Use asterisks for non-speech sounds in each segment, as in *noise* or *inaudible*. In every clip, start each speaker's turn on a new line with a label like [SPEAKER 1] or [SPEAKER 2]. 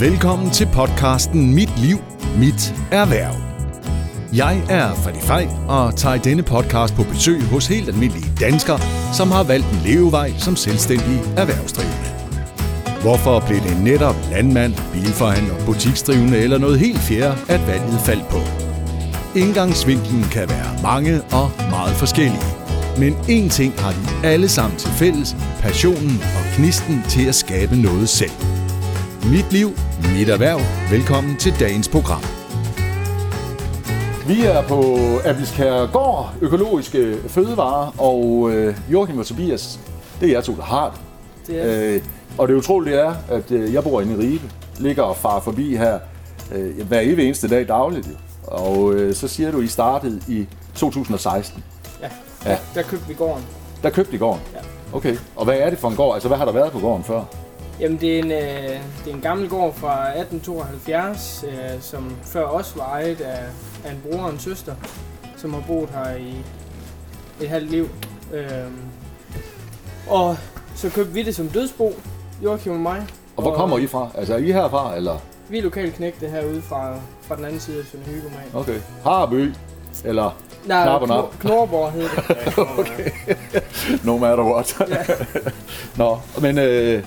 [SPEAKER 1] Velkommen til podcasten Mit Liv, Mit Erhverv. Jeg er Freddy Fej og tager i denne podcast på besøg hos helt almindelige danskere, som har valgt en levevej som selvstændige erhvervsdrivende. Hvorfor blev det netop landmand, bilforhandler, butiksdrivende eller noget helt fjerde, at valget faldt på? Indgangsvinklen kan være mange og meget forskellige. Men én ting har de alle sammen til fælles, passionen og knisten til at skabe noget selv. Mit liv, mit erhverv. Velkommen til dagens program.
[SPEAKER 2] Vi er på Abelskærgård, økologiske fødevarer, og øh, Joachim og Tobias, det er jer to, der har det.
[SPEAKER 3] Det er,
[SPEAKER 2] Øh, og det utrolige er, at øh, jeg bor inde i Ribe, ligger og far forbi her øh, hver evig eneste dag dagligt. jo. Og øh, så siger du, I startede i 2016.
[SPEAKER 3] ja.
[SPEAKER 2] Ja.
[SPEAKER 3] Der købte vi gården.
[SPEAKER 2] Der købte I gården?
[SPEAKER 3] Ja.
[SPEAKER 2] Okay, og hvad er det for en gård? Altså, hvad har der været på gården før?
[SPEAKER 3] Jamen, det er, en, øh, det er en gammel gård fra 1872, øh, som før også var ejet af, af en bror og en søster, som har boet her i et halvt liv. Øh, og så købte vi det som dødsbo, Joachim og mig.
[SPEAKER 2] Og hvor kommer I fra? Altså, er I herfra, eller?
[SPEAKER 3] Vi er lokalknægte herude fra, fra den anden side af Sønder Hygo med.
[SPEAKER 2] Okay. Harby, eller
[SPEAKER 3] Nej,
[SPEAKER 2] Knap og nap.
[SPEAKER 3] Kno- Knorborg hed
[SPEAKER 2] *laughs*
[SPEAKER 3] det.
[SPEAKER 4] øh,
[SPEAKER 2] no matter what.
[SPEAKER 3] Ja.
[SPEAKER 2] *laughs* Nå, men øh,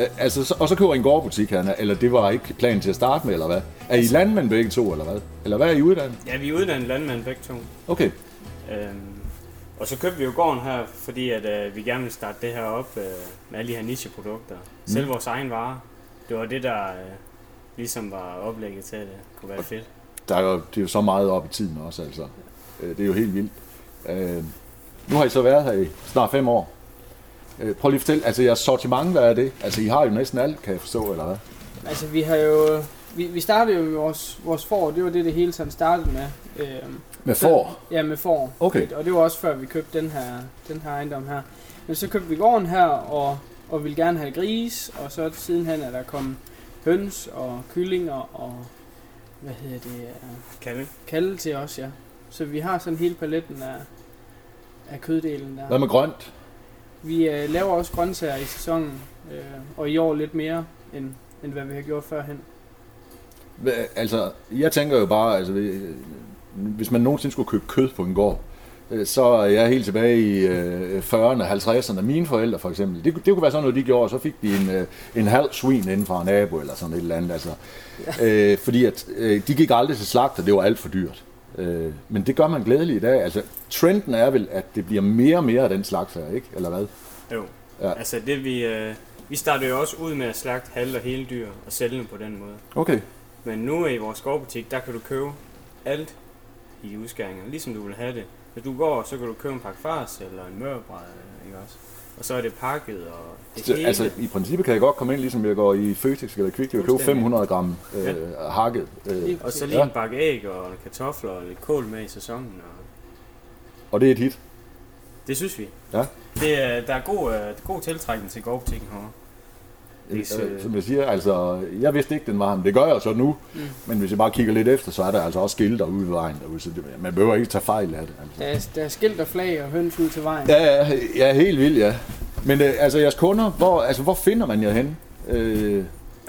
[SPEAKER 2] øh, altså, så- og så køber I en gårdbutik, Hanna, eller det var ikke planen til at starte med, eller hvad? Er I landmænd begge to, eller hvad? Eller hvad er I uddannet?
[SPEAKER 4] Ja, vi er uddannet landmænd begge to.
[SPEAKER 2] Okay,
[SPEAKER 4] Øhm, og så købte vi jo gården her, fordi at, øh, vi gerne ville starte det her op øh, med alle de her nicheprodukter.
[SPEAKER 2] Mm.
[SPEAKER 4] Selv vores egen varer. Det var det, der øh, ligesom var oplægget til, at det kunne være fedt.
[SPEAKER 2] der er jo, det er jo så meget op i tiden også, altså. Øh, Det er jo helt vildt. Øh, nu har I så været her i snart fem år. Øh, prøv lige at fortælle, altså jeres sortiment, hvad er det? Altså I har jo næsten alt, kan jeg forstå, eller hvad?
[SPEAKER 3] Altså, vi har jo... Vi, vi startede jo i vores, vores forår, det var det, det hele sådan startede med. Øh,
[SPEAKER 2] Med får?
[SPEAKER 3] Ja, med får.
[SPEAKER 2] Okay.
[SPEAKER 3] Og det var også før vi købte den her, den her ejendom her. Men så købte vi gården her og, og ville gerne have gris, og så sidenhen er der kommet høns og kyllinger og hvad hedder det, øh,
[SPEAKER 4] Kalle?
[SPEAKER 3] kalde til os, ja. Så vi har sådan hele paletten af, af køddelen
[SPEAKER 2] Hvad
[SPEAKER 3] der.
[SPEAKER 2] med grønt?
[SPEAKER 3] Vi øh, laver også grøntsager i sæsonen, øh, og i år lidt mere, end, end hvad vi har gjort førhen.
[SPEAKER 2] Hva- Altså, jeg tænker jo bare, altså, øh, hvis man nogensinde skulle købe kød på en gård, øh, så er jeg helt tilbage i øh, 40'erne, 50'erne. Mine forældre for eksempel, det, kunne- det kunne være sådan noget, de gjorde, og så fik de en, øh, en halv svin inden fra en nabo eller sådan et eller andet. Altså. Øh, fordi at, øh, de gik aldrig til slagter, det var alt for dyrt. Øh, men det gør man glædeligt i dag. Altså, trenden er vel, at det bliver mere og mere af den slags her, ikke? Eller hvad?
[SPEAKER 4] Jo.
[SPEAKER 2] Ja.
[SPEAKER 4] Ja. Altså det vi... Øh, vi startede jo også ud med at slagte halve og hele dyr og sælge dem på den måde.
[SPEAKER 2] Okay.
[SPEAKER 4] Men nu i vores gårdbutik, der kan du købe alt i udskæringer, ligesom du vil have det. Hvis du går, så kan du købe en pakke fars eller en mørbræd, ikke også? Og så er det pakket og det
[SPEAKER 2] Så,
[SPEAKER 4] hele.
[SPEAKER 2] altså, i princippet kan jeg godt komme ind, ligesom jeg går i Føtex eller Kvickly og købe
[SPEAKER 4] Fuldstændig.
[SPEAKER 2] 500 gram øh, hakket. Øh,
[SPEAKER 3] Lige
[SPEAKER 4] Og så
[SPEAKER 3] præcis.
[SPEAKER 4] lige
[SPEAKER 2] Ja.
[SPEAKER 4] en bakke æg og nogle kartofler og lidt kål med i sæsonen. Og
[SPEAKER 2] og det er et hit.
[SPEAKER 4] det synes vi.
[SPEAKER 2] Ja.
[SPEAKER 4] Det er, der er god, øh, god tiltrækning til gårdbutikken herovre. Hvis,
[SPEAKER 2] Øh,
[SPEAKER 4] øh,
[SPEAKER 2] Som jeg siger, altså, jeg vidste ikke, den var ham. Det gør jeg så nu. Mm. Men hvis jeg bare kigger lidt efter, så er der altså også skilte derude ved vejen derude. Så det, man behøver ikke tage fejl af det. Altså.
[SPEAKER 3] Der er, der er skilt og flag og høns ud til vejen.
[SPEAKER 2] Ja, ja, ja, helt vildt, ja. Men øh, altså, jeres kunder, hvor, altså, hvor finder man jer hen? Øh,
[SPEAKER 3] Jamen,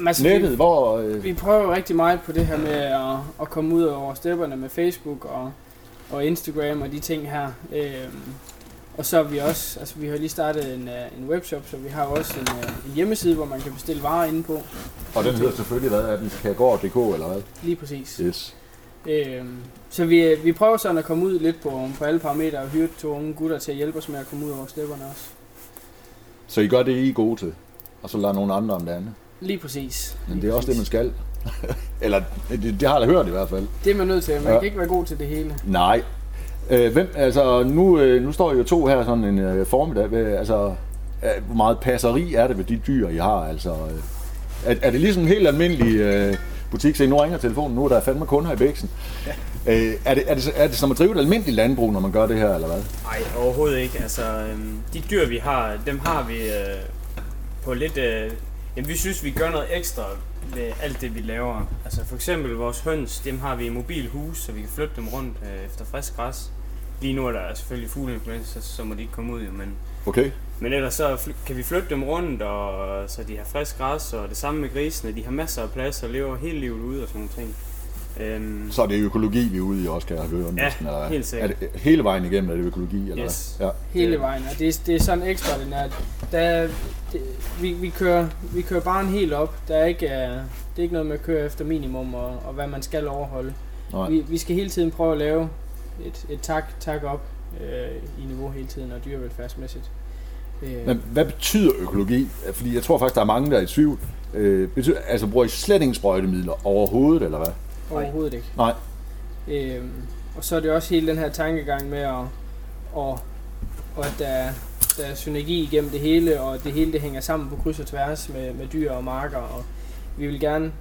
[SPEAKER 3] altså, vi-
[SPEAKER 2] nettet, hvor... Øh,
[SPEAKER 3] Vi prøver jo rigtig meget på det her med at, at komme ud over stepperne med Facebook og, og Instagram og de ting her. Øhm, og så er vi også, altså vi har lige startet en, øh, en webshop, så vi har også en, øh, en hjemmeside, hvor man kan bestille varer inde på.
[SPEAKER 2] og den hedder selvfølgelig, hvad er den? Kagård.dk eller hvad?
[SPEAKER 3] Lige præcis.
[SPEAKER 2] Yes.
[SPEAKER 3] Øhm, så vi, øh, vi prøver sådan at komme ud lidt på, på alle parametre og hyre to unge gutter til at hjælpe os med at komme ud over stepperne også.
[SPEAKER 2] Så I gør det, I er gode til. Og så lader nogle andre om det andet.
[SPEAKER 3] Lige præcis.
[SPEAKER 2] Men
[SPEAKER 3] Lige
[SPEAKER 2] det er også det, man
[SPEAKER 3] præcis.
[SPEAKER 2] skal. *laughs* eller det, det har jeg da hørt i hvert fald.
[SPEAKER 3] Det er man nødt til. Man
[SPEAKER 2] Ja.
[SPEAKER 3] ja. kan ikke være god til det hele.
[SPEAKER 2] Nej. Øh, hvem, altså, nu, øh, nu står I jo to her sådan en øh, formiddag. Ved, altså, øh, hvor meget passeri er det ved de dyr, I har? Altså, øh, er, er det ligesom en helt almindelig øh, butik? Se, nu ringer telefonen, nu er der fandme kunder i bæksen. Øh, er, det, er, det, er det som at drive et almindeligt landbrug, når man gør det her, eller hvad?
[SPEAKER 4] Nej, overhovedet ikke. Altså, øhm, de dyr, vi har, dem har vi øh, på lidt... Øh, jamen, vi synes, vi gør noget ekstra ved alt det, vi laver. Altså, for eksempel vores høns, dem har vi i mobilhus, så vi kan flytte dem rundt øh, efter frisk græs. lige nu er der selvfølgelig fugleinfluenza, så, så må de ikke komme ud, jo, men,
[SPEAKER 2] Okay?
[SPEAKER 4] men ellers så fly- kan vi flytte dem rundt, og øh, så de har frisk græs, og det samme med grisene, de har masser af plads og lever hele livet ude og sådan nogle ting. Øhm,
[SPEAKER 2] Så er det økologi, vi er ude i også, kan jeg høre. næsten, eller hvad?
[SPEAKER 4] helt sikkert.
[SPEAKER 2] Er det, hele vejen igennem er det økologi, eller hvad?
[SPEAKER 4] Yes.
[SPEAKER 2] Ja.
[SPEAKER 3] hele
[SPEAKER 4] Det-
[SPEAKER 3] vejen, og det, er- det er sådan ekstraordinært. Der, er- det, vi, vi, kører, vi kører barn helt op. Der er ikke, øh, det er ikke noget med at køre efter minimum og, og hvad man skal overholde.
[SPEAKER 2] Nej.
[SPEAKER 3] Vi, vi skal hele tiden prøve at lave et, et tak, tak op øh, i niveau hele tiden og dyrevelfærdsmæssigt. Øh,
[SPEAKER 2] Men hvad betyder økologi? Fordi jeg tror faktisk, der er mange, der er i tvivl. Øh, betyder, altså bruger I slet ingen sprøjtemidler overhovedet, eller hvad?
[SPEAKER 3] overhovedet ikke.
[SPEAKER 2] Nej.
[SPEAKER 3] Øhm, og så er det også hele den her tankegang med, at, og, og at der, er- der er synergi igennem det hele, og det hele det hænger sammen på kryds og tværs med, med dyr og marker. Og vi vil gerne,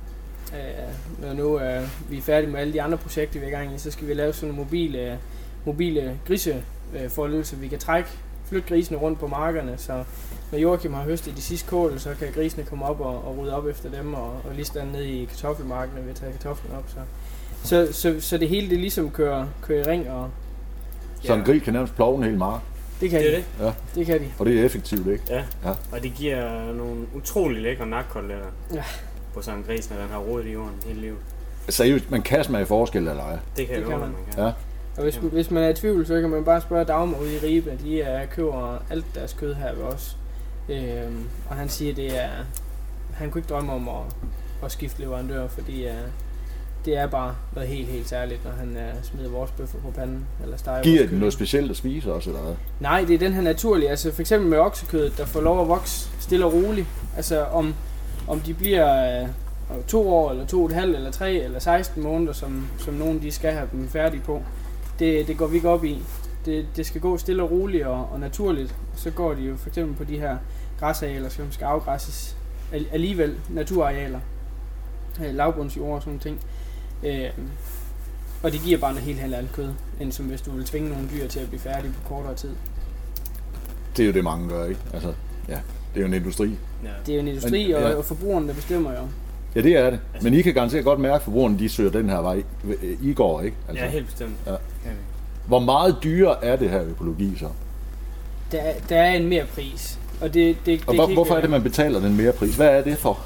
[SPEAKER 3] øh, når nu øh, vi er færdige med alle de andre projekter, vi er i gang i, så skal vi lave sådan en mobile, øh, mobile grisefolde, så vi kan trække, flytte grisene rundt på markerne, så når Joachim har høstet de sidste kål, så kan grisene komme op og, og rydde op efter dem, og, og lige stand ned i kartoffelmarkene ved at tage kartoflen op. Så. Så, så, så det hele det ligesom kører, kører i ring, og
[SPEAKER 2] Så en gris kan nærmest plove en hel mark,
[SPEAKER 3] det kan
[SPEAKER 4] det er
[SPEAKER 3] de.
[SPEAKER 4] det.
[SPEAKER 3] Det kan de.
[SPEAKER 2] og det er effektivt, ikke?
[SPEAKER 4] Ja.
[SPEAKER 2] Ja.
[SPEAKER 4] ja, og det giver nogle utrolig lækre nakkoteletter
[SPEAKER 3] Ja.
[SPEAKER 4] på sådan en gris, når den har rodet i jorden hele livet.
[SPEAKER 2] Altså, Seriøst, man kan smage forskel, eller hvad?
[SPEAKER 4] Det kan
[SPEAKER 3] Det
[SPEAKER 4] jeg
[SPEAKER 3] kan
[SPEAKER 4] love, dig,
[SPEAKER 3] man.
[SPEAKER 4] man kan.
[SPEAKER 2] Ja.
[SPEAKER 3] Og hvis, hvis man er i tvivl, så kan man bare spørge Dagmar ude i Ribe. De øh, køber alt deres kød her ved os. Øhm, og han siger, det er... Han kunne ikke drømme om at, at skifte leverandør, fordi øh, det er bare noget helt, helt særligt, når han øh, smider vores bøffer på panden. Eller steger vores
[SPEAKER 2] Giver den
[SPEAKER 3] kylling.
[SPEAKER 2] noget specielt at spise også, eller hvad?
[SPEAKER 3] Nej, det er den her naturlige. Altså for eksempel med oksekødet, der får lov at vokse stille og roligt. Altså om, om de bliver øh, om to år, eller to og et halvt, eller tre, eller 16 måneder, som, som nogen de skal have dem færdige på. Det, det går vi ikke op i. Det, det skal gå stille og roligt og, og naturligt. Så går de jo for eksempel på de her græsarealer, som skal afgræsses al- alligevel, naturarealer, øh, lavbundsjord og sådan nogle ting. Øh, og det giver bare noget helt halal kød, end som hvis du vil tvinge nogle dyr til at blive færdige på kortere tid.
[SPEAKER 2] Det er jo det, mange gør, ikke? Altså, ja, det er jo en industri.
[SPEAKER 4] Ja.
[SPEAKER 3] Det er jo en industri,
[SPEAKER 2] Men-
[SPEAKER 3] og,
[SPEAKER 2] ja.
[SPEAKER 3] og forbrugeren, der bestemmer jo.
[SPEAKER 2] Ja, det er det. Men I kan garanteret godt mærke, at forbrugerne de søger den her vej. øh, I går, ikke?
[SPEAKER 4] ja, helt bestemt.
[SPEAKER 2] Altså. Ja.
[SPEAKER 4] Kan vi.
[SPEAKER 2] Hvor meget dyrere er det her økologi så?
[SPEAKER 3] Der, er- der er en mere pris. Og det, det, det,
[SPEAKER 2] Og
[SPEAKER 3] kan
[SPEAKER 2] hvor,
[SPEAKER 3] ikke
[SPEAKER 2] hvorfor er
[SPEAKER 3] være-
[SPEAKER 2] det, man betaler den mere pris? Hvad er det for?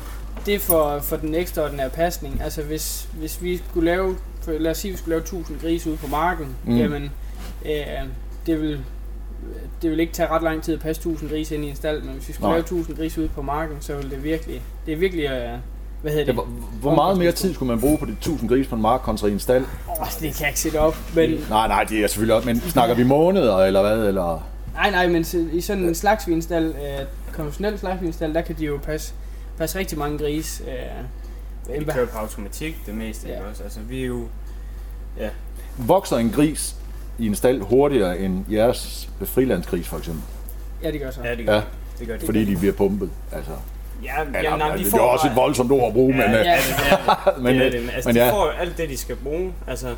[SPEAKER 3] det er for, for den ekstraordinære pasning. Altså hvis, hvis vi skulle lave, for, lad os sige, vi skulle lave 1000 grise ude på marken,
[SPEAKER 2] Mm.
[SPEAKER 3] mm. jamen øh, det vil det vil ikke tage ret lang tid at passe 1000 grise ind i en stald, men hvis vi skulle
[SPEAKER 2] Nej.
[SPEAKER 3] lave 1000 grise ude på marken, så vil det virkelig, det er virkelig, øh, hvad hedder
[SPEAKER 2] Ja,
[SPEAKER 3] det?
[SPEAKER 2] hvor, hvor meget mere tid skulle man bruge på de 1000 grise på en mark kontra i en stald?
[SPEAKER 3] Åh, oh, det kan jeg ikke sætte op, men
[SPEAKER 2] Nej, nej, det er selvfølgelig også, men snakker vi måneder eller hvad? Eller...
[SPEAKER 3] Nej, nej, men se- i sådan en slagsvinstald, øh, konventionel slagsvinstald, der kan de jo passe, passe rigtig mange grise. Øh,
[SPEAKER 4] Vi
[SPEAKER 3] hvad-
[SPEAKER 4] kører på automatik det meste,
[SPEAKER 3] Ja.
[SPEAKER 4] ja. også? Altså, vi er jo...
[SPEAKER 2] Vokser en gris i en stald hurtigere end jeres frilandsgris for eksempel?
[SPEAKER 3] ja, det gør så.
[SPEAKER 4] Ja, det gør
[SPEAKER 2] Ja,
[SPEAKER 4] ja. det. Gør det.
[SPEAKER 2] fordi de bliver pumpet. Altså,
[SPEAKER 4] Ja, jamen,
[SPEAKER 2] eller,
[SPEAKER 4] jamen, de
[SPEAKER 2] det
[SPEAKER 4] får
[SPEAKER 2] er også
[SPEAKER 4] bare-
[SPEAKER 2] et voldsomt ord at bruge,
[SPEAKER 4] Ja,
[SPEAKER 2] men,
[SPEAKER 4] ja,
[SPEAKER 2] øh,
[SPEAKER 4] det er det.
[SPEAKER 2] men,
[SPEAKER 4] det, er
[SPEAKER 2] øh,
[SPEAKER 4] det. Altså,
[SPEAKER 2] men
[SPEAKER 4] de
[SPEAKER 2] ja,
[SPEAKER 4] får jo alt det, de skal bruge. Altså,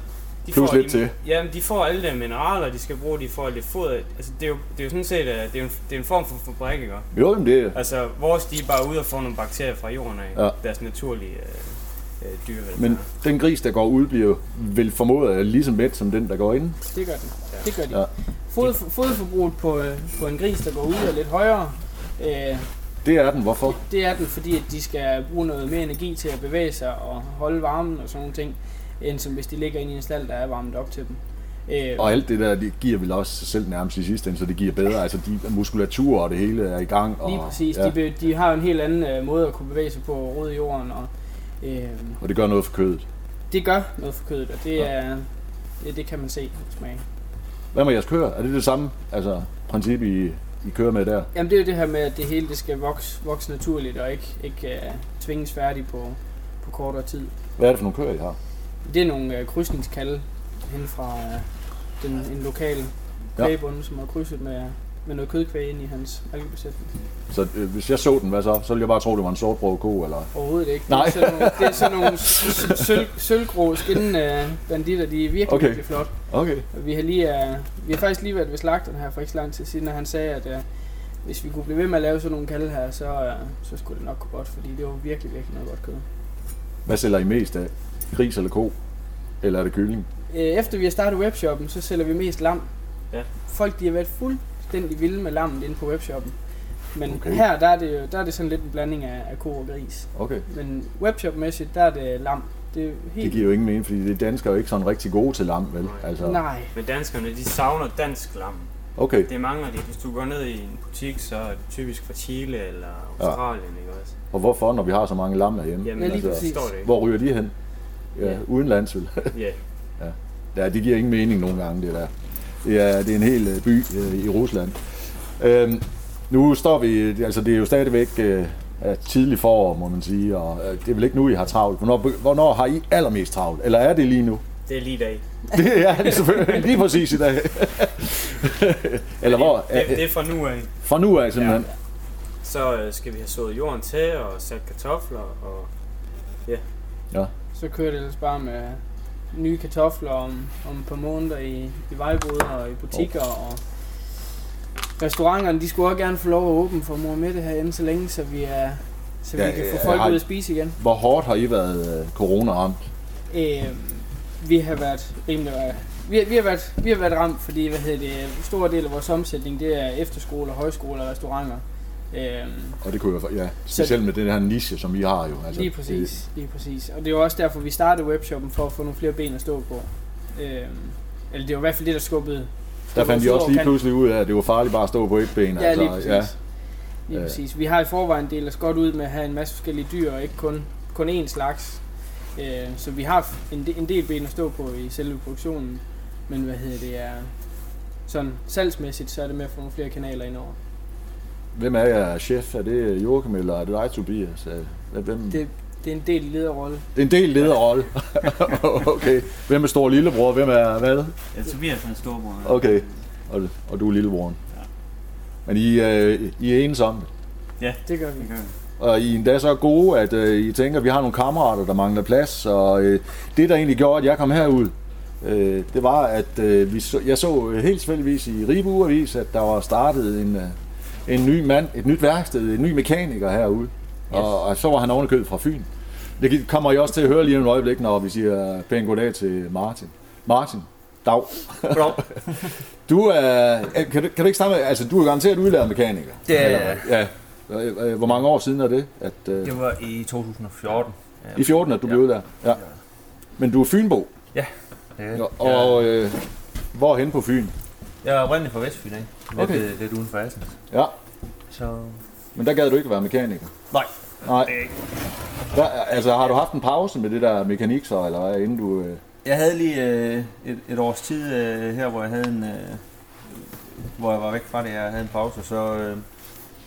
[SPEAKER 4] de
[SPEAKER 2] Plus
[SPEAKER 4] får
[SPEAKER 2] lidt
[SPEAKER 4] de,
[SPEAKER 2] til.
[SPEAKER 4] Jamen, de får alle de mineraler, de skal bruge, de får lidt foder. Altså, det er jo, det er jo sådan set øh, det er jo en, det er en form for fabrik, ikke?
[SPEAKER 2] jo, jamen, det,
[SPEAKER 4] Altså, vores de er bare ude og få nogle bakterier fra jorden af.
[SPEAKER 2] Ja.
[SPEAKER 4] Ja. Deres naturlige øh, øh, dyrevelfærd.
[SPEAKER 2] men den gris, der går ud, bliver vel formodet lige så mæt som den, der går ind.
[SPEAKER 3] Det gør den. Det gør de.
[SPEAKER 2] Ja.
[SPEAKER 3] Ja. Fod, fodforbruget på, øh, på en gris, der går ud og lidt højere, øh,
[SPEAKER 2] Det er den. Hvorfor?
[SPEAKER 3] det er den, fordi at de skal bruge noget mere energi til at bevæge sig og holde varmen og sådan nogle ting, end som hvis de ligger inde i en stald, der er varmet op til dem. Øh,
[SPEAKER 2] Og alt det der, det giver vel også sig selv nærmest i sidste ende, så det giver bedre. Altså, de muskulaturer og det hele er i gang. Og,
[SPEAKER 3] lige præcis.
[SPEAKER 2] Ja,
[SPEAKER 3] De, be- de har jo en helt anden øh, måde at kunne bevæge sig på rød jorden, og øh,
[SPEAKER 2] og det gør noget for kødet.
[SPEAKER 3] det gør noget for kødet, og det
[SPEAKER 2] Ja.
[SPEAKER 3] er... Det, det kan man se og smage.
[SPEAKER 2] Hvad med jeres køer? Er det det samme altså, princip, I, I kører med der?
[SPEAKER 3] Jamen det er jo det her med, at det hele det skal vokse, vokse naturligt og ikke, ikke uh, tvinges færdig på, på kortere tid.
[SPEAKER 2] Hvad er det for nogle køer, I har?
[SPEAKER 3] Det er nogle uh, krydsningskalde hen fra uh, den, en lokal
[SPEAKER 2] Ja.
[SPEAKER 3] kvægbonde, som har krydset med, med noget kødkvæg ind i hans alkebesætning.
[SPEAKER 2] Så øh, hvis jeg så den, hvad så? Så ville jeg bare tro, det var en sortbrog ko, eller...
[SPEAKER 3] Overhovedet ikke.
[SPEAKER 2] Nej.
[SPEAKER 3] Det er sådan nogle, det er sådan nogle s- s- sølv,
[SPEAKER 2] *laughs*
[SPEAKER 3] sølvgrå skinnende uh, banditter, de er virkelig,
[SPEAKER 2] Okay.
[SPEAKER 3] okay. virkelig flot.
[SPEAKER 2] Okay.
[SPEAKER 3] Og Vi har, lige, uh, vi har faktisk lige været ved slagteren her for ikke så lang tid siden, og han sagde, at uh, hvis vi kunne blive ved med at lave sådan nogle kalde her, så, uh, så skulle det nok gå godt, fordi det var virkelig, virkelig noget godt kød.
[SPEAKER 2] Hvad sælger I mest af? Gris eller ko? Eller er det kylling?
[SPEAKER 3] Øh, Efter vi har startet webshoppen, så sælger vi mest lam.
[SPEAKER 4] Ja.
[SPEAKER 3] Folk de har været fuldstændig vilde med lammet inde på webshoppen. Men
[SPEAKER 2] Okay.
[SPEAKER 3] okay. her der er, det jo, der er det sådan lidt en blanding af, af ko og gris.
[SPEAKER 2] Okay.
[SPEAKER 3] Men webshopmæssigt der er det lam. Det er helt...
[SPEAKER 2] Det giver jo ingen mening, fordi det danskere er jo ikke sådan rigtig gode til lam, vel?
[SPEAKER 4] Nej.
[SPEAKER 2] Altså,
[SPEAKER 3] Nej.
[SPEAKER 4] Men danskerne, de savner dansk lam.
[SPEAKER 2] okay.
[SPEAKER 4] Det mangler de. Hvis du går ned i en butik, så er det typisk fra Chile eller Australien, ja. ikke også?
[SPEAKER 2] Og hvorfor, når vi har så mange lam herhjemme?
[SPEAKER 4] Jamen,
[SPEAKER 3] Ja, lige
[SPEAKER 4] altså,
[SPEAKER 3] præcis.
[SPEAKER 4] forstår det ikke.
[SPEAKER 2] Hvor ryger de hen? Ja,
[SPEAKER 4] Ja.
[SPEAKER 2] udenlands, vel?
[SPEAKER 4] Ja,
[SPEAKER 2] Ja, det giver ingen mening nogle gange, det der. Ja, det er en hel øh, by øh, i Rusland. Øhm, nu står vi, altså det er jo stadigvæk øh, er tidlig forår, må man sige, og øh, det er vel ikke nu, I har travlt. Hvornår, be- hvornår har I allermest travlt? Eller er det lige nu? *laughs*
[SPEAKER 4] det er lige i dag.
[SPEAKER 2] Det er det selvfølgelig lige præcis i dag. *laughs* Eller hvor?
[SPEAKER 4] Det, det, det er fra nu af.
[SPEAKER 2] Fra nu af simpelthen.
[SPEAKER 4] Så øh, skal vi have sået jorden til og sat kartofler og
[SPEAKER 3] Så kører det ellers bare med nye kartofler om, om et par måneder i, i vejboder og i butikker oh. og restauranterne, de skulle også gerne få lov at åbne for mor med det her inden så længe, så vi er så vi
[SPEAKER 2] Ja,
[SPEAKER 3] ja, kan
[SPEAKER 2] ja,
[SPEAKER 3] få
[SPEAKER 2] jeg
[SPEAKER 3] folk
[SPEAKER 2] har-
[SPEAKER 3] ud at spise igen.
[SPEAKER 2] Hvor hårdt har I været øh, corona ramt?
[SPEAKER 3] Øh, vi har været rimelig øh, vi, har- vi, har været, vi har været ramt, fordi hvad hedder det, en stor del af vores omsætning det er efterskoler, højskoler og restauranter. Øh,
[SPEAKER 2] Og det kunne jeg, for- ja, specielt med den her niche, som I har jo. Altså,
[SPEAKER 3] Lige præcis, lige præcis. Og det er jo også derfor, vi startede webshoppen, for at få nogle flere ben at stå på. Øhm, eller det var i hvert fald det, der skubbede.
[SPEAKER 2] Det, der fandt de også lige pludselig ud af, at det var farligt bare at stå på et ben. altså,
[SPEAKER 3] Ja, lige præcis. Ja. Lige
[SPEAKER 2] Øh.
[SPEAKER 3] præcis. Vi har i forvejen delt os godt ud med at have en masse forskellige dyr, og ikke kun, kun én slags. Øh, så vi har en, de- en del ben at stå på i selve produktionen. Men hvad hedder det, er sådan salgsmæssigt, så er det med at få nogle flere kanaler indover.
[SPEAKER 2] Hvem er jer chef? Er det Joachim, eller er det dig, Tobias? Er- Hvem? Det,
[SPEAKER 3] Det, det er en del lederrolle.
[SPEAKER 2] det er en del lederrolle. *laughs* okay. Hvem er stor lillebror? Hvem er hvad?
[SPEAKER 4] Ja, Tobias er en storbror.
[SPEAKER 2] Okay. Og, og du er lillebroren. Ja. Men I, øh, I er ensomme.
[SPEAKER 3] Det gør vi.
[SPEAKER 2] Og I er endda så gode, at øh, I tænker, at vi har nogle kammerater, der mangler plads. Og øh, det, der egentlig gjorde, at jeg kom herud, øh, det var, at øh, vi så, jeg så øh, helt tilfældigvis i Ribe Avis, at der var startet en, øh, en ny mand, et nyt værksted, en ny mekaniker herude. Yes. Og, og så var han ovenikøbet fra Fyn. Det gi- kommer I også til at høre lige om et øjeblik, når vi siger pæn goddag til Martin. Martin, dag. du er, øh, kan, du, kan du ikke starte med, altså du er garanteret udlært mekaniker.
[SPEAKER 5] Det er jeg.
[SPEAKER 2] Eller hvad? ja. Øh, øh, Hvor mange år siden er det? At, øh,
[SPEAKER 5] Det var i 2014. Ja.
[SPEAKER 2] I 14, at du
[SPEAKER 5] Ja.
[SPEAKER 2] blev udlært? Ja. Men du er Fynbo,
[SPEAKER 5] Ja.
[SPEAKER 2] og, og øh, hvor hen på Fyn?
[SPEAKER 5] Jeg er oprindelig fra Vestfyn, ikke? Lidt,
[SPEAKER 2] Okay.
[SPEAKER 5] øh, lidt uden for Assens.
[SPEAKER 2] Ja,
[SPEAKER 5] Så...
[SPEAKER 2] men der gad du ikke være mekaniker.
[SPEAKER 5] Nej.
[SPEAKER 2] Nej. Der, altså, har du haft en pause med det der mekanik så, eller hvad, inden du... Øh,
[SPEAKER 5] Jeg havde lige øh, et, et års tid øh, her, hvor jeg havde en... Øh, hvor jeg var væk fra det, jeg havde en pause, og så... Øh,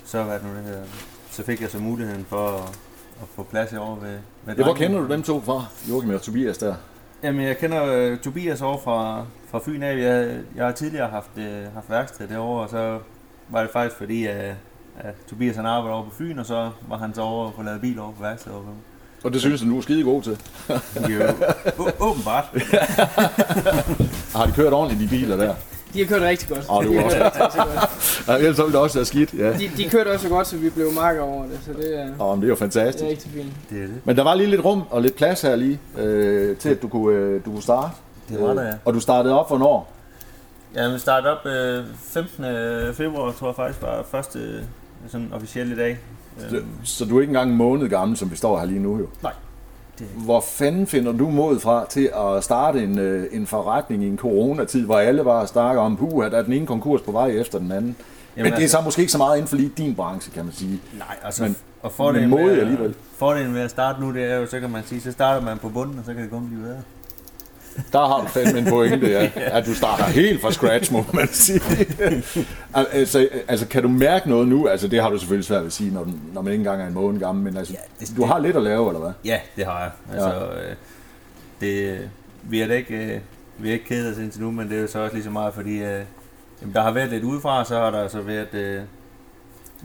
[SPEAKER 5] så hvad er det nu det hedder? Så fik jeg så muligheden for at, at få plads over ved, ved
[SPEAKER 2] ja, hvor
[SPEAKER 5] drengene.
[SPEAKER 2] kender du dem to fra? Joachim og Tobias der.
[SPEAKER 5] Jamen, jeg kender øh, Tobias over fra, fra Fyn af. Jeg, jeg har tidligere haft, øh, haft værksted derovre, og så var det faktisk fordi, at, at Tobias han arbejdede over på Fyn, og så var han så over og få lavet bil over på værkstedet over på dem.
[SPEAKER 2] Og det synes jeg, du er skide god til.
[SPEAKER 5] De
[SPEAKER 2] *laughs*
[SPEAKER 5] er jo å- åbenbart.
[SPEAKER 2] Har de kørt ordentligt, de biler der?
[SPEAKER 3] De har kørt rigtig godt.
[SPEAKER 2] Åh, det
[SPEAKER 3] de
[SPEAKER 2] var
[SPEAKER 3] har kørt rigtig, rigtig godt.
[SPEAKER 2] Ja, ellers ville det også være skidt, ja.
[SPEAKER 3] De, de kørte også så godt, så vi blev marker over det, så det er,
[SPEAKER 2] Åh, men det er jo
[SPEAKER 3] det er
[SPEAKER 2] fantastisk.
[SPEAKER 3] rigtig fint.
[SPEAKER 5] Det er det.
[SPEAKER 2] Men der var lige lidt rum og lidt plads her lige, øh, til at du kunne, øh, du kunne starte. Øh,
[SPEAKER 5] Det var der, ja.
[SPEAKER 2] Og du startede op, hvornår?
[SPEAKER 5] Ja, vi startede op øh, 15. februar, tror jeg faktisk, var første øh, sådan officielle dag. Øhm,
[SPEAKER 2] Så du er ikke engang en måned gammel, som vi står her lige nu jo.
[SPEAKER 5] Nej, det er jeg
[SPEAKER 2] Hvor fanden finder du mod fra til at starte en, øh, en forretning i en coronatid, hvor alle bare snakker om, puha, der er den ene konkurs på vej efter den anden. Jamen, men det er
[SPEAKER 5] altså-
[SPEAKER 2] så måske ikke så meget inden for lige din branche, kan man sige.
[SPEAKER 5] Nej, altså...
[SPEAKER 2] Men-
[SPEAKER 5] og
[SPEAKER 2] men
[SPEAKER 5] fordelen
[SPEAKER 2] modig
[SPEAKER 5] ved, at-
[SPEAKER 2] alligevel.
[SPEAKER 5] fordelen ved at starte nu, det er jo, så kan man sige, så starter man på bunden, og så kan det kun blive bedre.
[SPEAKER 2] Der har du fandme en pointe, ja. At du starter helt fra scratch, må man sige. Al- altså, altså, kan du mærke noget nu? Altså, det har du selvfølgelig svært ved at sige, når, den, når man ikke engang er en måned gammel, men altså, ja,
[SPEAKER 5] Ja, det-
[SPEAKER 2] du har lidt at lave, eller hvad?
[SPEAKER 5] Ja, det har jeg. Altså, ja. øh, det, øh, vi er da ikke, øh, vi er ikke kede os indtil nu, men det er jo så også lige så meget, fordi øh, jamen, der har været lidt udefra, og så har der så været øh,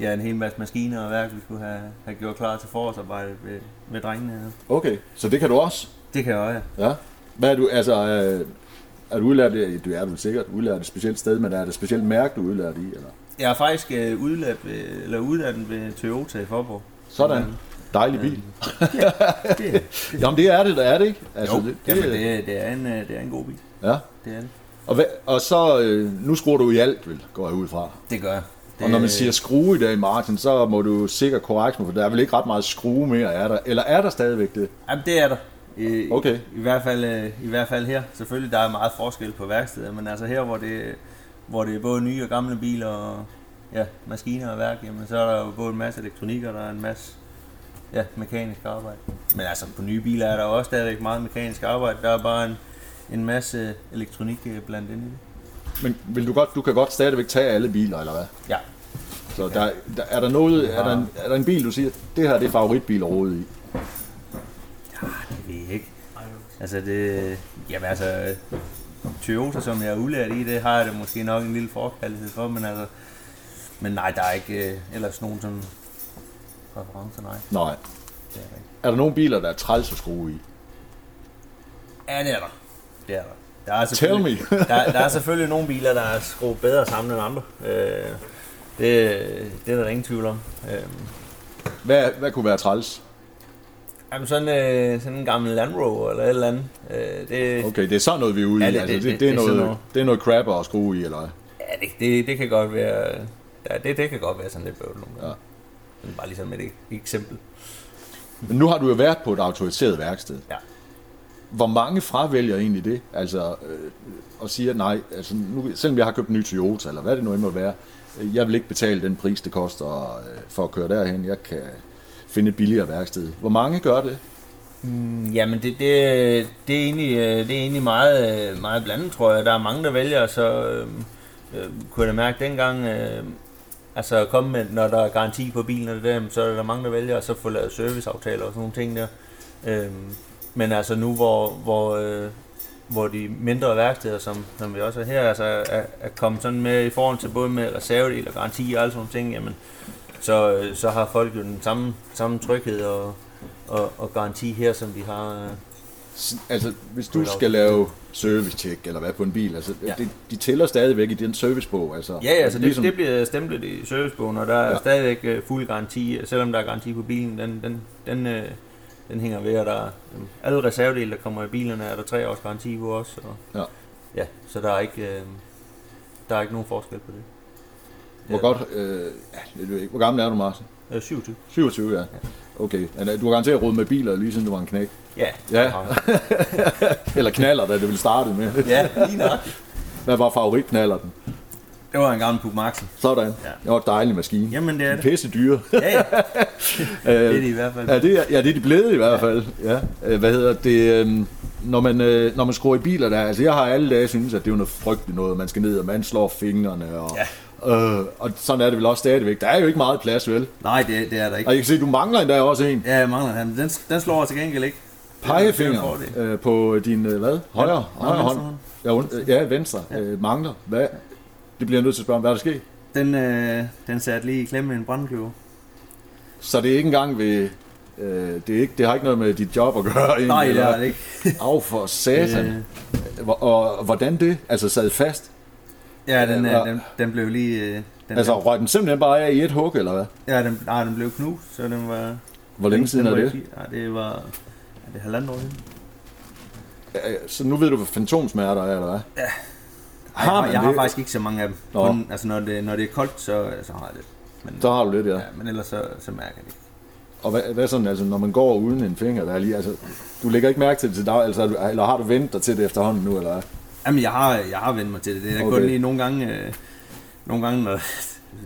[SPEAKER 5] ja, en hel masse maskiner og værk, vi skulle have, have gjort klar til forårsarbejde ved, ved drengene. her.
[SPEAKER 2] Okay, så det kan du også?
[SPEAKER 5] Det kan jeg også, ja.
[SPEAKER 2] Ja. Hvad er du, altså, øh, er du udlært, i- du er vel sikkert udlært et specielt sted, men er det et specielt mærke, du er udlært i? Eller?
[SPEAKER 5] Jeg er faktisk øh, udlært, ved, eller uddannet ved Toyota i Forborg.
[SPEAKER 2] Sådan.
[SPEAKER 5] Ja.
[SPEAKER 2] Dejlig bil.
[SPEAKER 5] Det,
[SPEAKER 2] *laughs* Jamen Altså, det er det, der er det ikke?
[SPEAKER 5] jo, det, jamen, det, det, er en, øh, det er en god bil.
[SPEAKER 2] Ja.
[SPEAKER 5] Det er det.
[SPEAKER 2] Og, hvad, og så, øh, nu skruer du i alt, vel, går jeg ud fra.
[SPEAKER 5] Det gør jeg.
[SPEAKER 2] Det... Og når man siger skrue i dag, Martin, så må du sikkert korrekt mig, for der er vel ikke ret meget skrue mere, er der? Eller er der stadigvæk det?
[SPEAKER 5] Jamen, det er der. I,
[SPEAKER 2] Okay.
[SPEAKER 5] I, i, hvert fald, øh, I hvert fald her. Selvfølgelig, der er meget forskel på værksteder, men altså her, hvor det, hvor det er både nye og gamle biler og ja, maskiner og værk, jamen, så er der jo både en masse elektronik, og der er en masse ja, mekanisk arbejde. Men altså, på nye biler er der også stadigvæk meget mekanisk arbejde. Der er bare en, en masse elektronik øh, blandt ind i det.
[SPEAKER 2] Men vil du, godt, du kan godt stadigvæk tage alle biler, eller hvad?
[SPEAKER 5] Ja,
[SPEAKER 2] Så der, der, er, der noget, er, der en, er der en bil, du siger, det her det er favoritbil overhovedet i?
[SPEAKER 5] Ah, det ved jeg ikke. Altså det, jamen altså, Toyota, som jeg er ulært i, det har jeg da måske nok en lille forkærlighed for, men altså, men nej, der er ikke øh, ellers nogen sådan præferencer, nej.
[SPEAKER 2] Nej.
[SPEAKER 5] Det er der ikke.
[SPEAKER 2] Er der nogle biler, der er træls at skrue i?
[SPEAKER 5] Ja, det er der. Det er der. Der er
[SPEAKER 2] Tell
[SPEAKER 5] selvfølgelig,
[SPEAKER 2] me!
[SPEAKER 5] der, der er selvfølgelig nogle biler, der er skruet bedre sammen end andre. Øh, det, det er der ingen tvivl om. Øh,
[SPEAKER 2] Hvad, hvad kunne være træls?
[SPEAKER 5] jamen sådan, øh, sådan en gammel Land Rover eller et eller andet. Øh, det,
[SPEAKER 2] Okay, det er sådan noget, vi er ude
[SPEAKER 5] Ja,
[SPEAKER 2] i.
[SPEAKER 5] det-
[SPEAKER 2] Altså,
[SPEAKER 5] det-
[SPEAKER 2] det,
[SPEAKER 5] det-
[SPEAKER 2] det, er
[SPEAKER 5] det er sådan
[SPEAKER 2] noget,
[SPEAKER 5] noget.
[SPEAKER 2] det er noget crap at skrue i, eller hvad?
[SPEAKER 5] Ja, det, det, det kan godt være... Ja, det, det kan godt være sådan lidt bøvlet nogle gange.
[SPEAKER 2] Ja.
[SPEAKER 5] Ja. Men bare ligesom et ek- eksempel.
[SPEAKER 2] Men nu har du jo været på et autoriseret værksted.
[SPEAKER 5] Ja.
[SPEAKER 2] Hvor mange fravælger egentlig det? Altså, øh, og siger, nej, altså, nu, selvom jeg har købt en ny Toyota, eller hvad det nu end må være, øh, jeg vil ikke betale den pris, det koster øh, for at køre derhen. Jeg kan finde et billigere værksted. Hvor mange gør det?
[SPEAKER 5] Mm, jamen, det, det, det, er egentlig, øh, det er egentlig meget, øh, meget blandet, tror jeg. Der er mange, der vælger, så øh, øh, kunne jeg da mærke dengang... Øh, altså, at komme med, når der er garanti på bilen og det der, så er der mange, der vælger, og så få lavet serviceaftaler og sådan nogle ting der. Øh, men altså nu, hvor, hvor, øh, hvor de mindre værksteder, som, som vi også er her, altså er, er kommet sådan med i forhold til både med reservedel og garanti og alle sådan nogle ting, jamen, så, øh, så har folk jo den samme, samme tryghed og, og, og garanti her, som vi har. øh.
[SPEAKER 2] S- Altså, hvis du skal lave service-check, eller hvad, på en bil, altså, ja.
[SPEAKER 5] Ja.
[SPEAKER 2] det, de tæller stadigvæk i den servicebog, altså.
[SPEAKER 5] Ja, altså det, det bliver stemplet i servicebogen, og der er
[SPEAKER 2] Ja.
[SPEAKER 5] ja. stadigvæk øh, fuld garanti, øh, selvom der er garanti på bilen, den, den, den, øh, den hænger ved, og der er, øh, alle reservedele, der kommer i bilerne, er der tre års garanti på os. Og,
[SPEAKER 2] Ja.
[SPEAKER 5] ja, så der er ikke, øh, der er ikke nogen forskel på det.
[SPEAKER 2] Hvor godt, øh, ja, jeg ved ikke, hvor gammel er du, Martin?
[SPEAKER 5] Øh, 27.
[SPEAKER 2] 27, ja. Okay, altså, du har garanteret rodet med biler, lige siden du var en knæk.
[SPEAKER 5] Ja.
[SPEAKER 2] Ja. Eller knaller, da det ville starte med.
[SPEAKER 5] *laughs* ja, lige nok.
[SPEAKER 2] Hvad var favoritknaller den?
[SPEAKER 5] Det var en gammel Puk Maxen.
[SPEAKER 2] Sådan.
[SPEAKER 5] Ja.
[SPEAKER 2] Det var en dejlig maskine.
[SPEAKER 5] Jamen det er
[SPEAKER 2] De er *laughs*
[SPEAKER 5] det.
[SPEAKER 2] Pisse dyre.
[SPEAKER 5] Ja, ja.
[SPEAKER 2] Øh,
[SPEAKER 5] Det er det i hvert fald.
[SPEAKER 2] Ja, det er, ja, det er de blevet i hvert fald. Ja. Øh, Hvad hedder det? øhm, Når man, øh, når man skruer i biler der, altså jeg har alle dage synes at det er jo noget frygteligt noget, man skal ned, og man slår fingrene, og, ja. øh, og sådan er det vel også stadigvæk. Der er jo ikke meget plads, vel?
[SPEAKER 5] Nej, det, det er der ikke.
[SPEAKER 2] Og jeg kan se, du mangler endda også en
[SPEAKER 5] Ja, jeg mangler han. Den, den slår jeg til gengæld ikke. Det er en
[SPEAKER 2] pegefinger
[SPEAKER 5] fordel.
[SPEAKER 2] øh, på din, øh, hvad? Højre,
[SPEAKER 5] Nå,
[SPEAKER 2] højre
[SPEAKER 5] venstre
[SPEAKER 2] hånd.
[SPEAKER 5] hånd.
[SPEAKER 2] Ja, und, øh, ja venstre. Øh, mangler. Hvad? Det bliver jeg nødt til at spørge om, hvad er der sket?
[SPEAKER 5] Den, øh, den satte lige i klemme i en brandkløver.
[SPEAKER 2] Så det er ikke engang ved... Øh, det, er ikke, det har ikke noget med dit job at gøre egentlig?
[SPEAKER 5] Nej, det
[SPEAKER 2] eller?
[SPEAKER 5] er det ikke.
[SPEAKER 2] Af for satan.
[SPEAKER 5] Øh,
[SPEAKER 2] Hvor- Og, og hvordan det? Altså sad fast?
[SPEAKER 5] ja, den,
[SPEAKER 2] Ja.
[SPEAKER 5] øh, den, den blev lige... Øh, den,
[SPEAKER 2] Altså røg den simpelthen bare af i et hug, eller hvad?
[SPEAKER 5] ja, den, nej, den blev knust, så den var...
[SPEAKER 2] Hvor længe siden
[SPEAKER 5] den
[SPEAKER 2] er
[SPEAKER 5] var
[SPEAKER 2] det?
[SPEAKER 5] ikke- Ja, det var... Er det halvandet år siden?
[SPEAKER 2] Øh, Så nu ved du, hvad fantomsmerter er, eller hvad? Ja.
[SPEAKER 5] Ej,
[SPEAKER 2] Har
[SPEAKER 5] jeg-
[SPEAKER 2] man
[SPEAKER 5] jeg har
[SPEAKER 2] det?
[SPEAKER 5] faktisk ikke så mange af dem.
[SPEAKER 2] Nå.
[SPEAKER 5] Kun, altså, når det, når det er koldt, så, så har jeg det. Men,
[SPEAKER 2] Så har du lidt, ja.
[SPEAKER 5] ja, men ellers så, så mærker jeg det ikke.
[SPEAKER 2] Og hvad, hvad sådan, altså, når man går uden en finger, der er lige, altså, du lægger ikke mærke til det til dag, altså, er du- eller har du ventet dig til det efterhånden nu, eller hvad? *laughs*
[SPEAKER 5] Jamen, jeg har, jeg har vendt mig til det. Det er okay.
[SPEAKER 2] Okay.
[SPEAKER 5] kun lige nogle gange... Øh, nogle gange, når, *laughs*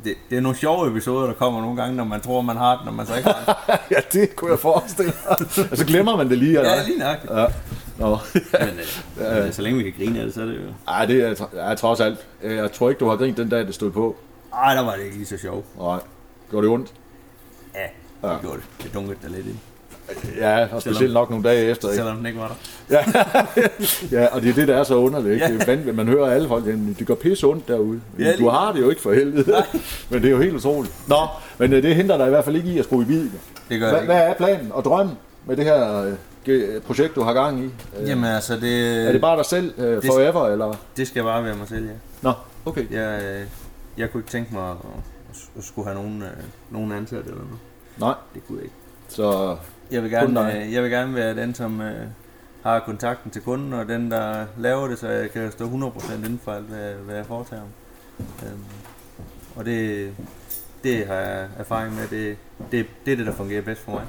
[SPEAKER 5] det, det er nogle sjove episoder, der kommer nogle gange, når man tror, man har det, når man så ikke har
[SPEAKER 2] *laughs*
[SPEAKER 5] det.
[SPEAKER 2] ja, det kunne jeg forestille
[SPEAKER 5] *laughs*
[SPEAKER 2] mig. og så glemmer man det lige, eller
[SPEAKER 5] ja,
[SPEAKER 2] hvad?
[SPEAKER 5] lige nok.
[SPEAKER 2] Ja. Nå.
[SPEAKER 5] Men øh, øh, så længe vi kan grine af det, så er det jo...
[SPEAKER 2] Ej, det er, tr- ja, trods alt. Øh, Jeg tror ikke, du har grint den dag, det stod på.
[SPEAKER 5] Ej, der var det ikke lige så sjovt.
[SPEAKER 2] Nej. Gjorde det ondt?
[SPEAKER 5] Ja, det
[SPEAKER 2] Ja.
[SPEAKER 5] ja. gjorde det. Det dunkede der lidt ind.
[SPEAKER 2] Ja, og specielt nok nogle dage efter. Ikke?
[SPEAKER 5] Selvom den ikke var der.
[SPEAKER 2] Ja. *laughs* ja, og det er det, der er så underligt. Ikke?
[SPEAKER 5] Ja.
[SPEAKER 2] Det er vanvittigt. Man hører alle folk, jamen, det går pisse ondt derude.
[SPEAKER 5] Ja,
[SPEAKER 2] du
[SPEAKER 5] lige-
[SPEAKER 2] har det jo ikke for helvede. *laughs* men det er jo helt utroligt. Nå, men øh, det hindrer dig i hvert fald ikke i at skrue i bil.
[SPEAKER 5] Det gør
[SPEAKER 2] Hva,
[SPEAKER 5] det ikke.
[SPEAKER 2] hvad er planen og drømmen med det her øh, ge- projekt, du har gang i? Øh,
[SPEAKER 5] Jamen altså, det,
[SPEAKER 2] Er det bare dig selv øh,
[SPEAKER 5] det-
[SPEAKER 2] forever, eller?
[SPEAKER 5] det skal bare være mig selv, ja.
[SPEAKER 2] Nå, okay.
[SPEAKER 5] Jeg, øh, jeg kunne ikke tænke mig at, at- at skulle have nogen, øh, nogen ansat eller noget.
[SPEAKER 2] Nej,
[SPEAKER 5] Det kunne jeg ikke.
[SPEAKER 2] så
[SPEAKER 5] Jeg vil
[SPEAKER 2] Kun
[SPEAKER 5] gerne,
[SPEAKER 2] dig.
[SPEAKER 5] øh, jeg vil gerne være den, som, øh, har kontakten til kunden og den, der laver det, så jeg kan stå 100% inden for alt, hvad, hvad jeg foretager mig. Øhm, og det, det har jeg erfaring med. Det, det, det er det, der fungerer bedst for mig.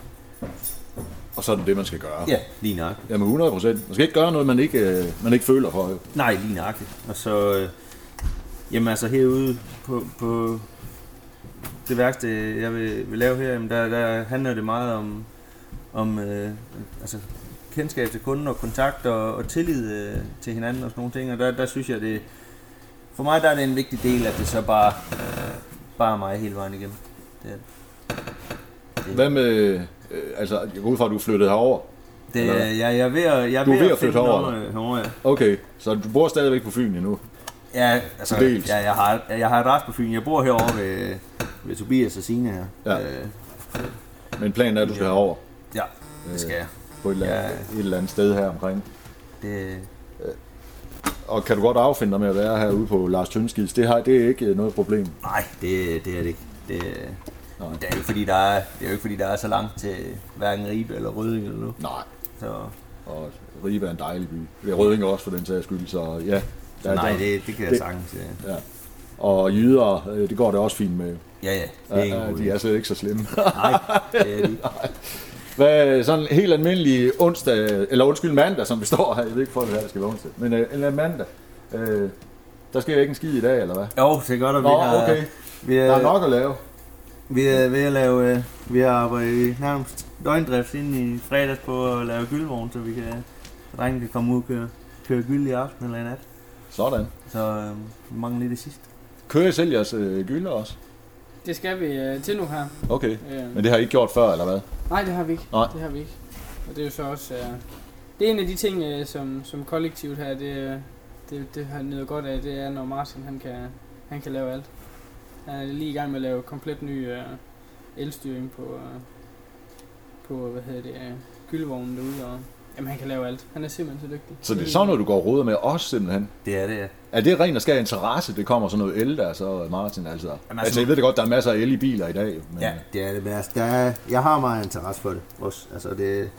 [SPEAKER 2] Og så er det det, man skal gøre.
[SPEAKER 5] Ja, lige nok.
[SPEAKER 2] Jamen 100 procent. Man skal ikke gøre noget, man ikke, øh, man ikke føler for. jo.
[SPEAKER 5] Nej, lige nøjagtigt. Og så, øh, jamen altså herude på, på det værste, jeg vil, vil lave her, jamen der, der handler det meget om, om øh, altså, kendskab til kunden og kontakt og, og tillid øh, til hinanden og sådan nogle ting. Og der, der synes jeg, det for mig der er det en vigtig del, at det så bare, bare er mig hele vejen igennem. Det, er det.
[SPEAKER 2] Hvad med, øh, altså jeg går ud fra, at du er flyttet herover.
[SPEAKER 5] det
[SPEAKER 2] Eller
[SPEAKER 5] er,
[SPEAKER 2] hvad?
[SPEAKER 5] jeg, jeg er ved at, jeg er
[SPEAKER 2] Du er ved at
[SPEAKER 5] finde
[SPEAKER 2] flytte herover,
[SPEAKER 5] noget, øh, herover, ja.
[SPEAKER 2] Okay, så du bor stadigvæk på Fyn endnu.
[SPEAKER 5] Ja, altså,
[SPEAKER 2] Dels.
[SPEAKER 5] ja, jeg, har, jeg har adresse på Fyn. Jeg bor herovre ved, ved Tobias og Signe her.
[SPEAKER 2] Ja.
[SPEAKER 5] Øh,
[SPEAKER 2] Men planen er, at du skal herover Øh,
[SPEAKER 5] ja, det skal jeg.
[SPEAKER 2] på et eller, andet,
[SPEAKER 5] Ja.
[SPEAKER 2] et eller andet sted her omkring.
[SPEAKER 5] Det,
[SPEAKER 2] Og kan du godt affinde dig med at være herude på Lars Tønskids? Det, har, det er ikke øh, noget problem.
[SPEAKER 5] nej, det, det er det ikke. Det,
[SPEAKER 2] Nej.
[SPEAKER 5] det, er jo ikke, fordi der er, det er jo ikke, fordi der er så langt til hverken Ribe eller Rødding eller noget.
[SPEAKER 2] Nej,
[SPEAKER 5] Så,
[SPEAKER 2] og Ribe er en dejlig by. Det er Røding også for den sags skyld, så ja.
[SPEAKER 5] så nej, det, det kan jeg
[SPEAKER 2] det-
[SPEAKER 5] sagtens. øh. Ja,
[SPEAKER 2] Ja. Og jyder, øh, det går det også fint med.
[SPEAKER 5] ja, ja det er
[SPEAKER 2] Ja,
[SPEAKER 5] ingen
[SPEAKER 2] ja, de
[SPEAKER 5] problem.
[SPEAKER 2] er slet ikke så slemme.
[SPEAKER 5] Nej, det er
[SPEAKER 2] *laughs*
[SPEAKER 5] det ikke.
[SPEAKER 2] Hvad, sådan en helt almindelig onsdag, eller undskyld mandag, som vi står her. Jeg ved ikke, hvorfor det her skal være onsdag. Men øh, en mandag, øh, der sker ikke en skid i dag, eller hvad?
[SPEAKER 5] Jo, det er godt, at vi
[SPEAKER 2] Nå,
[SPEAKER 5] har...
[SPEAKER 2] okay.
[SPEAKER 5] Vi er,
[SPEAKER 2] Der er nok at lave.
[SPEAKER 5] Vi er ved at lave, øh, vi har arbejdet nærmest døgndrift ind i fredags på at lave gyldvogn, så vi kan, drengen kan komme ud og køre, køre gyld i aften eller i nat.
[SPEAKER 2] Sådan.
[SPEAKER 5] Så øh, vi mangler lige det sidste.
[SPEAKER 2] Kører I selv jeres øh, gylder også?
[SPEAKER 3] Det skal vi øh, til nu her.
[SPEAKER 2] Okay.
[SPEAKER 3] Øh,
[SPEAKER 2] Men det har I ikke gjort før, eller hvad?
[SPEAKER 3] nej, det har vi ikke.
[SPEAKER 2] Nej.
[SPEAKER 3] Det har vi ikke. Og det er jo så også... Øh, det er en af de ting, øh, som, som kollektivet her, det, øh, det, det har nyder godt af, det er, når Martin han kan, han kan lave alt. Han er lige i gang med at lave komplet ny øh, elstyring på, øh, på hvad hedder det, øh, gyldevognen derude. Og, jamen, han kan lave alt. Han er simpelthen så dygtig.
[SPEAKER 2] Så det er sådan noget, du går og roder med også simpelthen.
[SPEAKER 5] Det er det, ja.
[SPEAKER 2] Er det ren og skær interesse, det kommer sådan noget el der, så Martin altså? Jamen, altså,
[SPEAKER 5] altså-
[SPEAKER 2] jeg ved det godt, der er masser af el i biler i dag. Men,
[SPEAKER 5] Ja, det er det værste. Der er, jeg har meget interesse for det også. Altså det,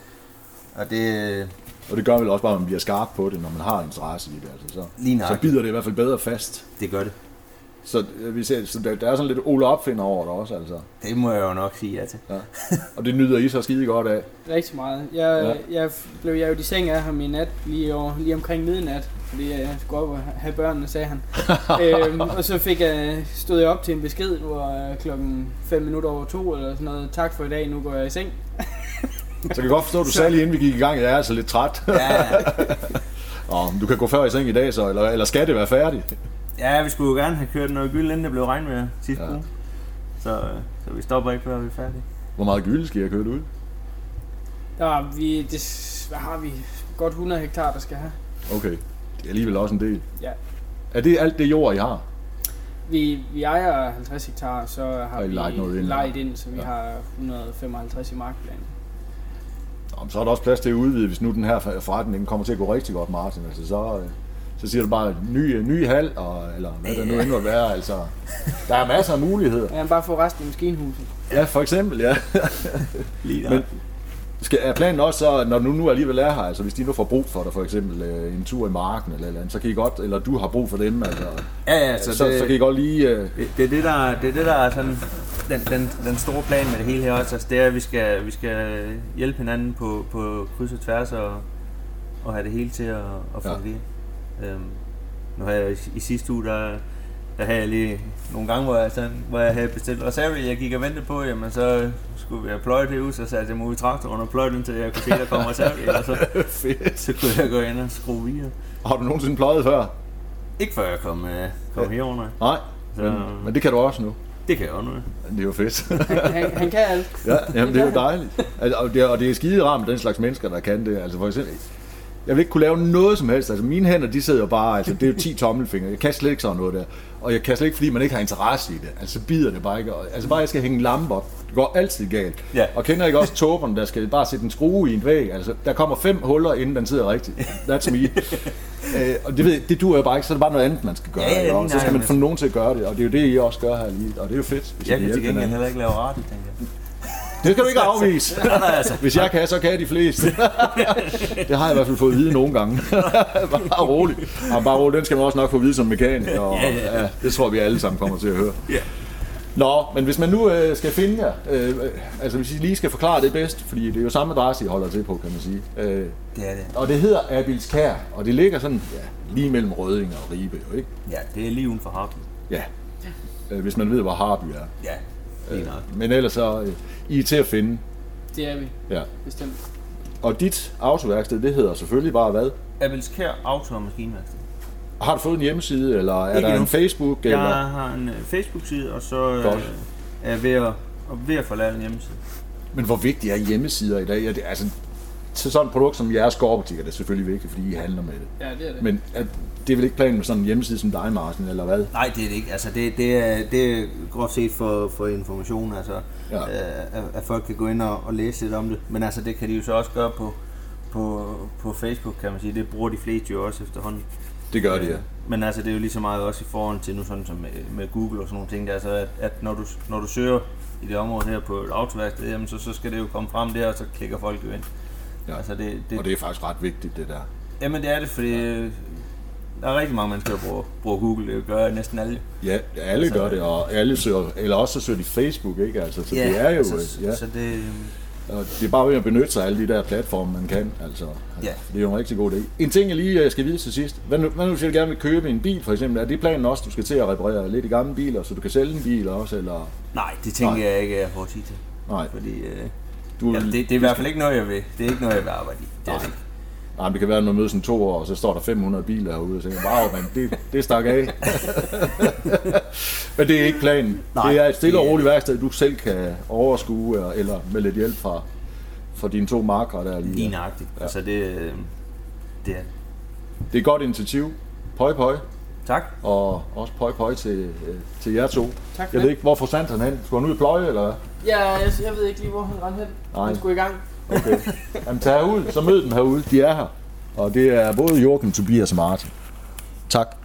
[SPEAKER 5] og det,
[SPEAKER 2] Og det gør vel også bare, at man bliver skarp på det, når man har interesse i det. Altså, så,
[SPEAKER 5] Lige
[SPEAKER 2] så
[SPEAKER 5] nøjagtigt.
[SPEAKER 2] bider det i hvert fald bedre fast.
[SPEAKER 5] det gør det.
[SPEAKER 2] Så, øh, vi ser, så der, der, er sådan lidt Ole Opfinder over dig også, altså.
[SPEAKER 5] Det må jeg jo nok sige ja til.
[SPEAKER 2] Ja. Og det nyder I så skide godt af.
[SPEAKER 3] Rigtig meget. Jeg, ja. jeg f- blev jeg jo i seng af ham i nat, lige, over, lige omkring midnat, fordi jeg skulle op og ha- have børnene,
[SPEAKER 2] *laughs*
[SPEAKER 3] sagde han. øhm, og så fik jeg, stod jeg op til en besked, hvor øh, klokken 5 minutter over to eller sådan noget, tak for i dag, nu går jeg i seng.
[SPEAKER 2] Så kan jeg godt forstå, at du sagde lige inden vi gik i gang, at jeg er altså lidt træt.
[SPEAKER 5] Ja,
[SPEAKER 2] Og du kan gå før i seng i dag, så, eller, eller skal det være færdigt?
[SPEAKER 5] ja vi skulle jo gerne have kørt noget gyld, inden det blev regnvejr sidste
[SPEAKER 2] Ja.
[SPEAKER 5] ja. uge. Så, øh, så vi stopper ikke, før vi er færdige.
[SPEAKER 2] Hvor meget gylde skal jeg køre ud?
[SPEAKER 3] Der har vi, det, hvad har vi, godt 100 hektar, der skal have.
[SPEAKER 2] Okay, det er alligevel også en del.
[SPEAKER 3] Ja.
[SPEAKER 2] Er det alt det jord, I har?
[SPEAKER 3] Vi, vi ejer 50 hektar, så har
[SPEAKER 2] Og I
[SPEAKER 3] vi
[SPEAKER 2] lejet noget ind,
[SPEAKER 3] lejet
[SPEAKER 2] eller?
[SPEAKER 3] ind, så vi
[SPEAKER 2] Ja.
[SPEAKER 3] ja. har 155 i markplanen.
[SPEAKER 2] Nå, men så er der også plads til at udvide, hvis nu den her forretning den kommer til at gå rigtig godt, Martin. Altså, så, øh, så siger du bare, ny, øh, ny hal, og, eller hvad der nu end måtte være. Altså, der er masser af muligheder.
[SPEAKER 3] Ja, bare få resten af maskinhuset.
[SPEAKER 2] Ja, for eksempel, ja.
[SPEAKER 5] Lige
[SPEAKER 2] Men- Skal, er planen også så, når du nu alligevel er her, altså hvis de nu får brug for dig, for eksempel øh, en tur i marken eller et eller andet, så kan I godt, eller du har brug for dem, altså,
[SPEAKER 5] Ja, ja,
[SPEAKER 2] så, så, så kan I godt lige... Øh, *laughs*
[SPEAKER 5] Det, det, er det, der, det er det, der er sådan, den, den, den store plan med det hele her også. Altså, det er, at vi skal, vi skal hjælpe hinanden på, på kryds og tværs og, og have det hele til at, at
[SPEAKER 2] Ja.
[SPEAKER 5] fungere. Ja. Øhm, nu har jeg i, i sidste uge, der, der havde jeg lige nogle gange, hvor jeg, sådan, hvor jeg havde bestilt reserve, jeg gik og ventede på, jamen så skulle jeg pløje det ud, så satte jeg mig ud i traktoren og pløjede den, til jeg kunne se, der kom reserve, og så,
[SPEAKER 2] fedt.
[SPEAKER 5] så kunne jeg gå ind og skrue videre.
[SPEAKER 2] Har du nogensinde pløjet før?
[SPEAKER 5] Ikke før jeg kom, øh, kom herunder.
[SPEAKER 2] Nej,
[SPEAKER 5] Så
[SPEAKER 2] men, men det kan du også nu.
[SPEAKER 5] det kan jeg også nu.
[SPEAKER 2] Det er jo fedt.
[SPEAKER 3] Han, han, han kan alt.
[SPEAKER 2] Ja, jamen, det er jo dejligt. Altså, og, det er, og det er skide rart med den slags mennesker, der kan det. Altså, for eksempel, jeg vil ikke kunne lave noget som helst. Altså, mine hænder, de sidder bare... Altså, det er jo 10 tommelfingre. Jeg kan slet ikke sådan noget der. Og jeg kan slet ikke, fordi man ikke har interesse i det. Altså, så bider det bare ikke. Og, altså, bare jeg skal hænge en lampe op. Det går altid galt.
[SPEAKER 5] Ja.
[SPEAKER 2] Og kender ikke også tåberne, der skal bare sætte en skrue i en væg. Altså, der kommer fem huller, inden den sidder rigtigt. That's
[SPEAKER 5] *laughs*
[SPEAKER 2] me. Øh, og det, ved, jeg, det duer jo bare ikke, så er det bare noget andet, man skal gøre.
[SPEAKER 5] Ja, ja,
[SPEAKER 2] ikke? Og
[SPEAKER 5] lige
[SPEAKER 2] så skal man
[SPEAKER 5] nøjagtigt.
[SPEAKER 2] få nogen til at gøre det, og det er jo det, I også gør her lige. Og det er jo fedt. hvis I
[SPEAKER 5] Jeg
[SPEAKER 2] vil
[SPEAKER 5] kan til
[SPEAKER 2] hjælpe
[SPEAKER 5] gengæld
[SPEAKER 2] hinanden.
[SPEAKER 5] heller ikke lave radio, tænker jeg.
[SPEAKER 2] Det skal du ikke afvise.
[SPEAKER 5] *laughs* Nej, nej, altså.
[SPEAKER 2] Hvis jeg kan, så kan de
[SPEAKER 5] *laughs*
[SPEAKER 2] fleste. det har jeg i hvert fald fået at vide nogle gange. *laughs* bare rolig. Og bare rolig, den skal man også nok få at vide som mekaniker. Og,
[SPEAKER 5] Ja, ja, ja.
[SPEAKER 2] det tror vi alle sammen kommer til at høre.
[SPEAKER 5] Ja.
[SPEAKER 2] Nå, men hvis man nu øh, skal finde jer, øh, øh, altså hvis I lige skal forklare det bedst, fordi det er jo samme adresse, I holder til på, kan man sige. Øh,
[SPEAKER 5] Det er det.
[SPEAKER 2] og det hedder Abilskær, og det ligger sådan ja, lige mellem Røding og Ribe, jo, ikke?
[SPEAKER 5] Ja, det er lige uden for Harpen.
[SPEAKER 2] Ja. Øh, hvis man ved, hvor Harby er.
[SPEAKER 5] Ja, lige nok.
[SPEAKER 2] Øh, men ellers så, øh, I er til at finde.
[SPEAKER 3] Det er vi,
[SPEAKER 2] Ja.
[SPEAKER 3] bestemt.
[SPEAKER 2] Og dit autoværksted, det hedder selvfølgelig bare hvad?
[SPEAKER 5] Abelskær Auto og Maskinværksted.
[SPEAKER 2] Har du fået en hjemmeside, eller er
[SPEAKER 5] Ikke
[SPEAKER 2] der
[SPEAKER 5] endnu.
[SPEAKER 2] en Facebook? Eller?
[SPEAKER 5] Jeg har en øh, Facebook-side, og så øh,
[SPEAKER 2] Godt.
[SPEAKER 5] er jeg ved at, og ved at få lavet en hjemmeside.
[SPEAKER 2] Men hvor vigtigt er hjemmesider i dag? Er det, altså, til sådan et produkt som jeres gårdbutik er det selvfølgelig vigtigt, fordi I handler med det.
[SPEAKER 3] Ja, det er det.
[SPEAKER 2] Men er, det er vel ikke planen med sådan en hjemmeside som dig, Martin, eller hvad?
[SPEAKER 5] Nej, det er det ikke. Altså, det, det, er, det er groft set for, for information, altså,
[SPEAKER 2] Ja.
[SPEAKER 5] ja. øh, at- at folk kan gå ind og, og læse lidt om det. Men altså, det kan de jo så også gøre på, på, på Facebook, kan man sige. Det bruger de fleste jo også efterhånden.
[SPEAKER 2] Det gør det, ja.
[SPEAKER 5] Men altså, det er jo lige så meget også i forhold til nu sådan som med, med Google og sådan nogle ting. Der, altså, at, at når, du, når du søger i det område her på et autoværksted, jamen, så, så skal det jo komme frem der, og så klikker folk jo ind.
[SPEAKER 2] Ja.
[SPEAKER 5] Ja. Altså, det, det,
[SPEAKER 2] Og det er faktisk ret vigtigt, det der.
[SPEAKER 5] Jamen, det er det, fordi øh, der er rigtig mange mennesker, der bruger, bruger Google. Det gør næsten alle.
[SPEAKER 2] Ja, alle
[SPEAKER 5] Altså,
[SPEAKER 2] gør det, og alle søger, eller også så søger de Facebook, ikke? Altså, så det er jo...
[SPEAKER 5] Så,
[SPEAKER 2] ja.
[SPEAKER 5] så det, øh,
[SPEAKER 2] Og det er bare ved at benytte sig af alle de der platforme, man kan. Altså,
[SPEAKER 5] Ja.
[SPEAKER 2] Det er jo en rigtig god idé. En ting, jeg lige øh, skal vide til sidst. Hvad nu, hvad nu hvis jeg gerne vil købe en bil, for eksempel? Er det planen også, at du skal til at reparere lidt i gamle biler, så du kan sælge en bil også? Eller...
[SPEAKER 5] Nej, det tænker
[SPEAKER 2] Nej.
[SPEAKER 5] Nej. jeg ikke, at jeg får tid til.
[SPEAKER 2] Nej,
[SPEAKER 5] Fordi, øh,
[SPEAKER 2] du,
[SPEAKER 5] ja, det, det, er i hvert fald ikke noget, jeg vil. Det er ikke noget, jeg vil arbejde i. Det er det
[SPEAKER 2] Nej.
[SPEAKER 5] ikke.
[SPEAKER 2] nej, men det kan være, at når mødes om to år, og så står der 500 biler herude, og så tænker jeg, wow, man, det, det stak af. *laughs* men det er ikke planen.
[SPEAKER 5] Nej,
[SPEAKER 2] det er et stille og
[SPEAKER 5] det er-
[SPEAKER 2] roligt værksted, du selv kan overskue, eller- eller med lidt hjælp fra, fra dine to markere der lige.
[SPEAKER 5] Lige nøjagtigt.
[SPEAKER 2] Ja.
[SPEAKER 5] Altså, det, øh, det er det.
[SPEAKER 2] Det er et godt initiativ. Pøj, pøj.
[SPEAKER 5] Tak.
[SPEAKER 2] og også pøj pøj til, øh, til jer to.
[SPEAKER 3] Tak for
[SPEAKER 2] Jeg ved
[SPEAKER 3] det.
[SPEAKER 2] ikke, hvor forsvandt han hen? Skulle han ud i pløje, eller hvad?
[SPEAKER 3] Ja, jeg, jeg ved ikke lige, hvor han rendte hen.
[SPEAKER 2] Nej.
[SPEAKER 3] Han skulle i gang.
[SPEAKER 2] Okay. Jamen tag ud, så mød dem herude. De er her. Og det er både Jorgen, Tobias og Martin. Tak.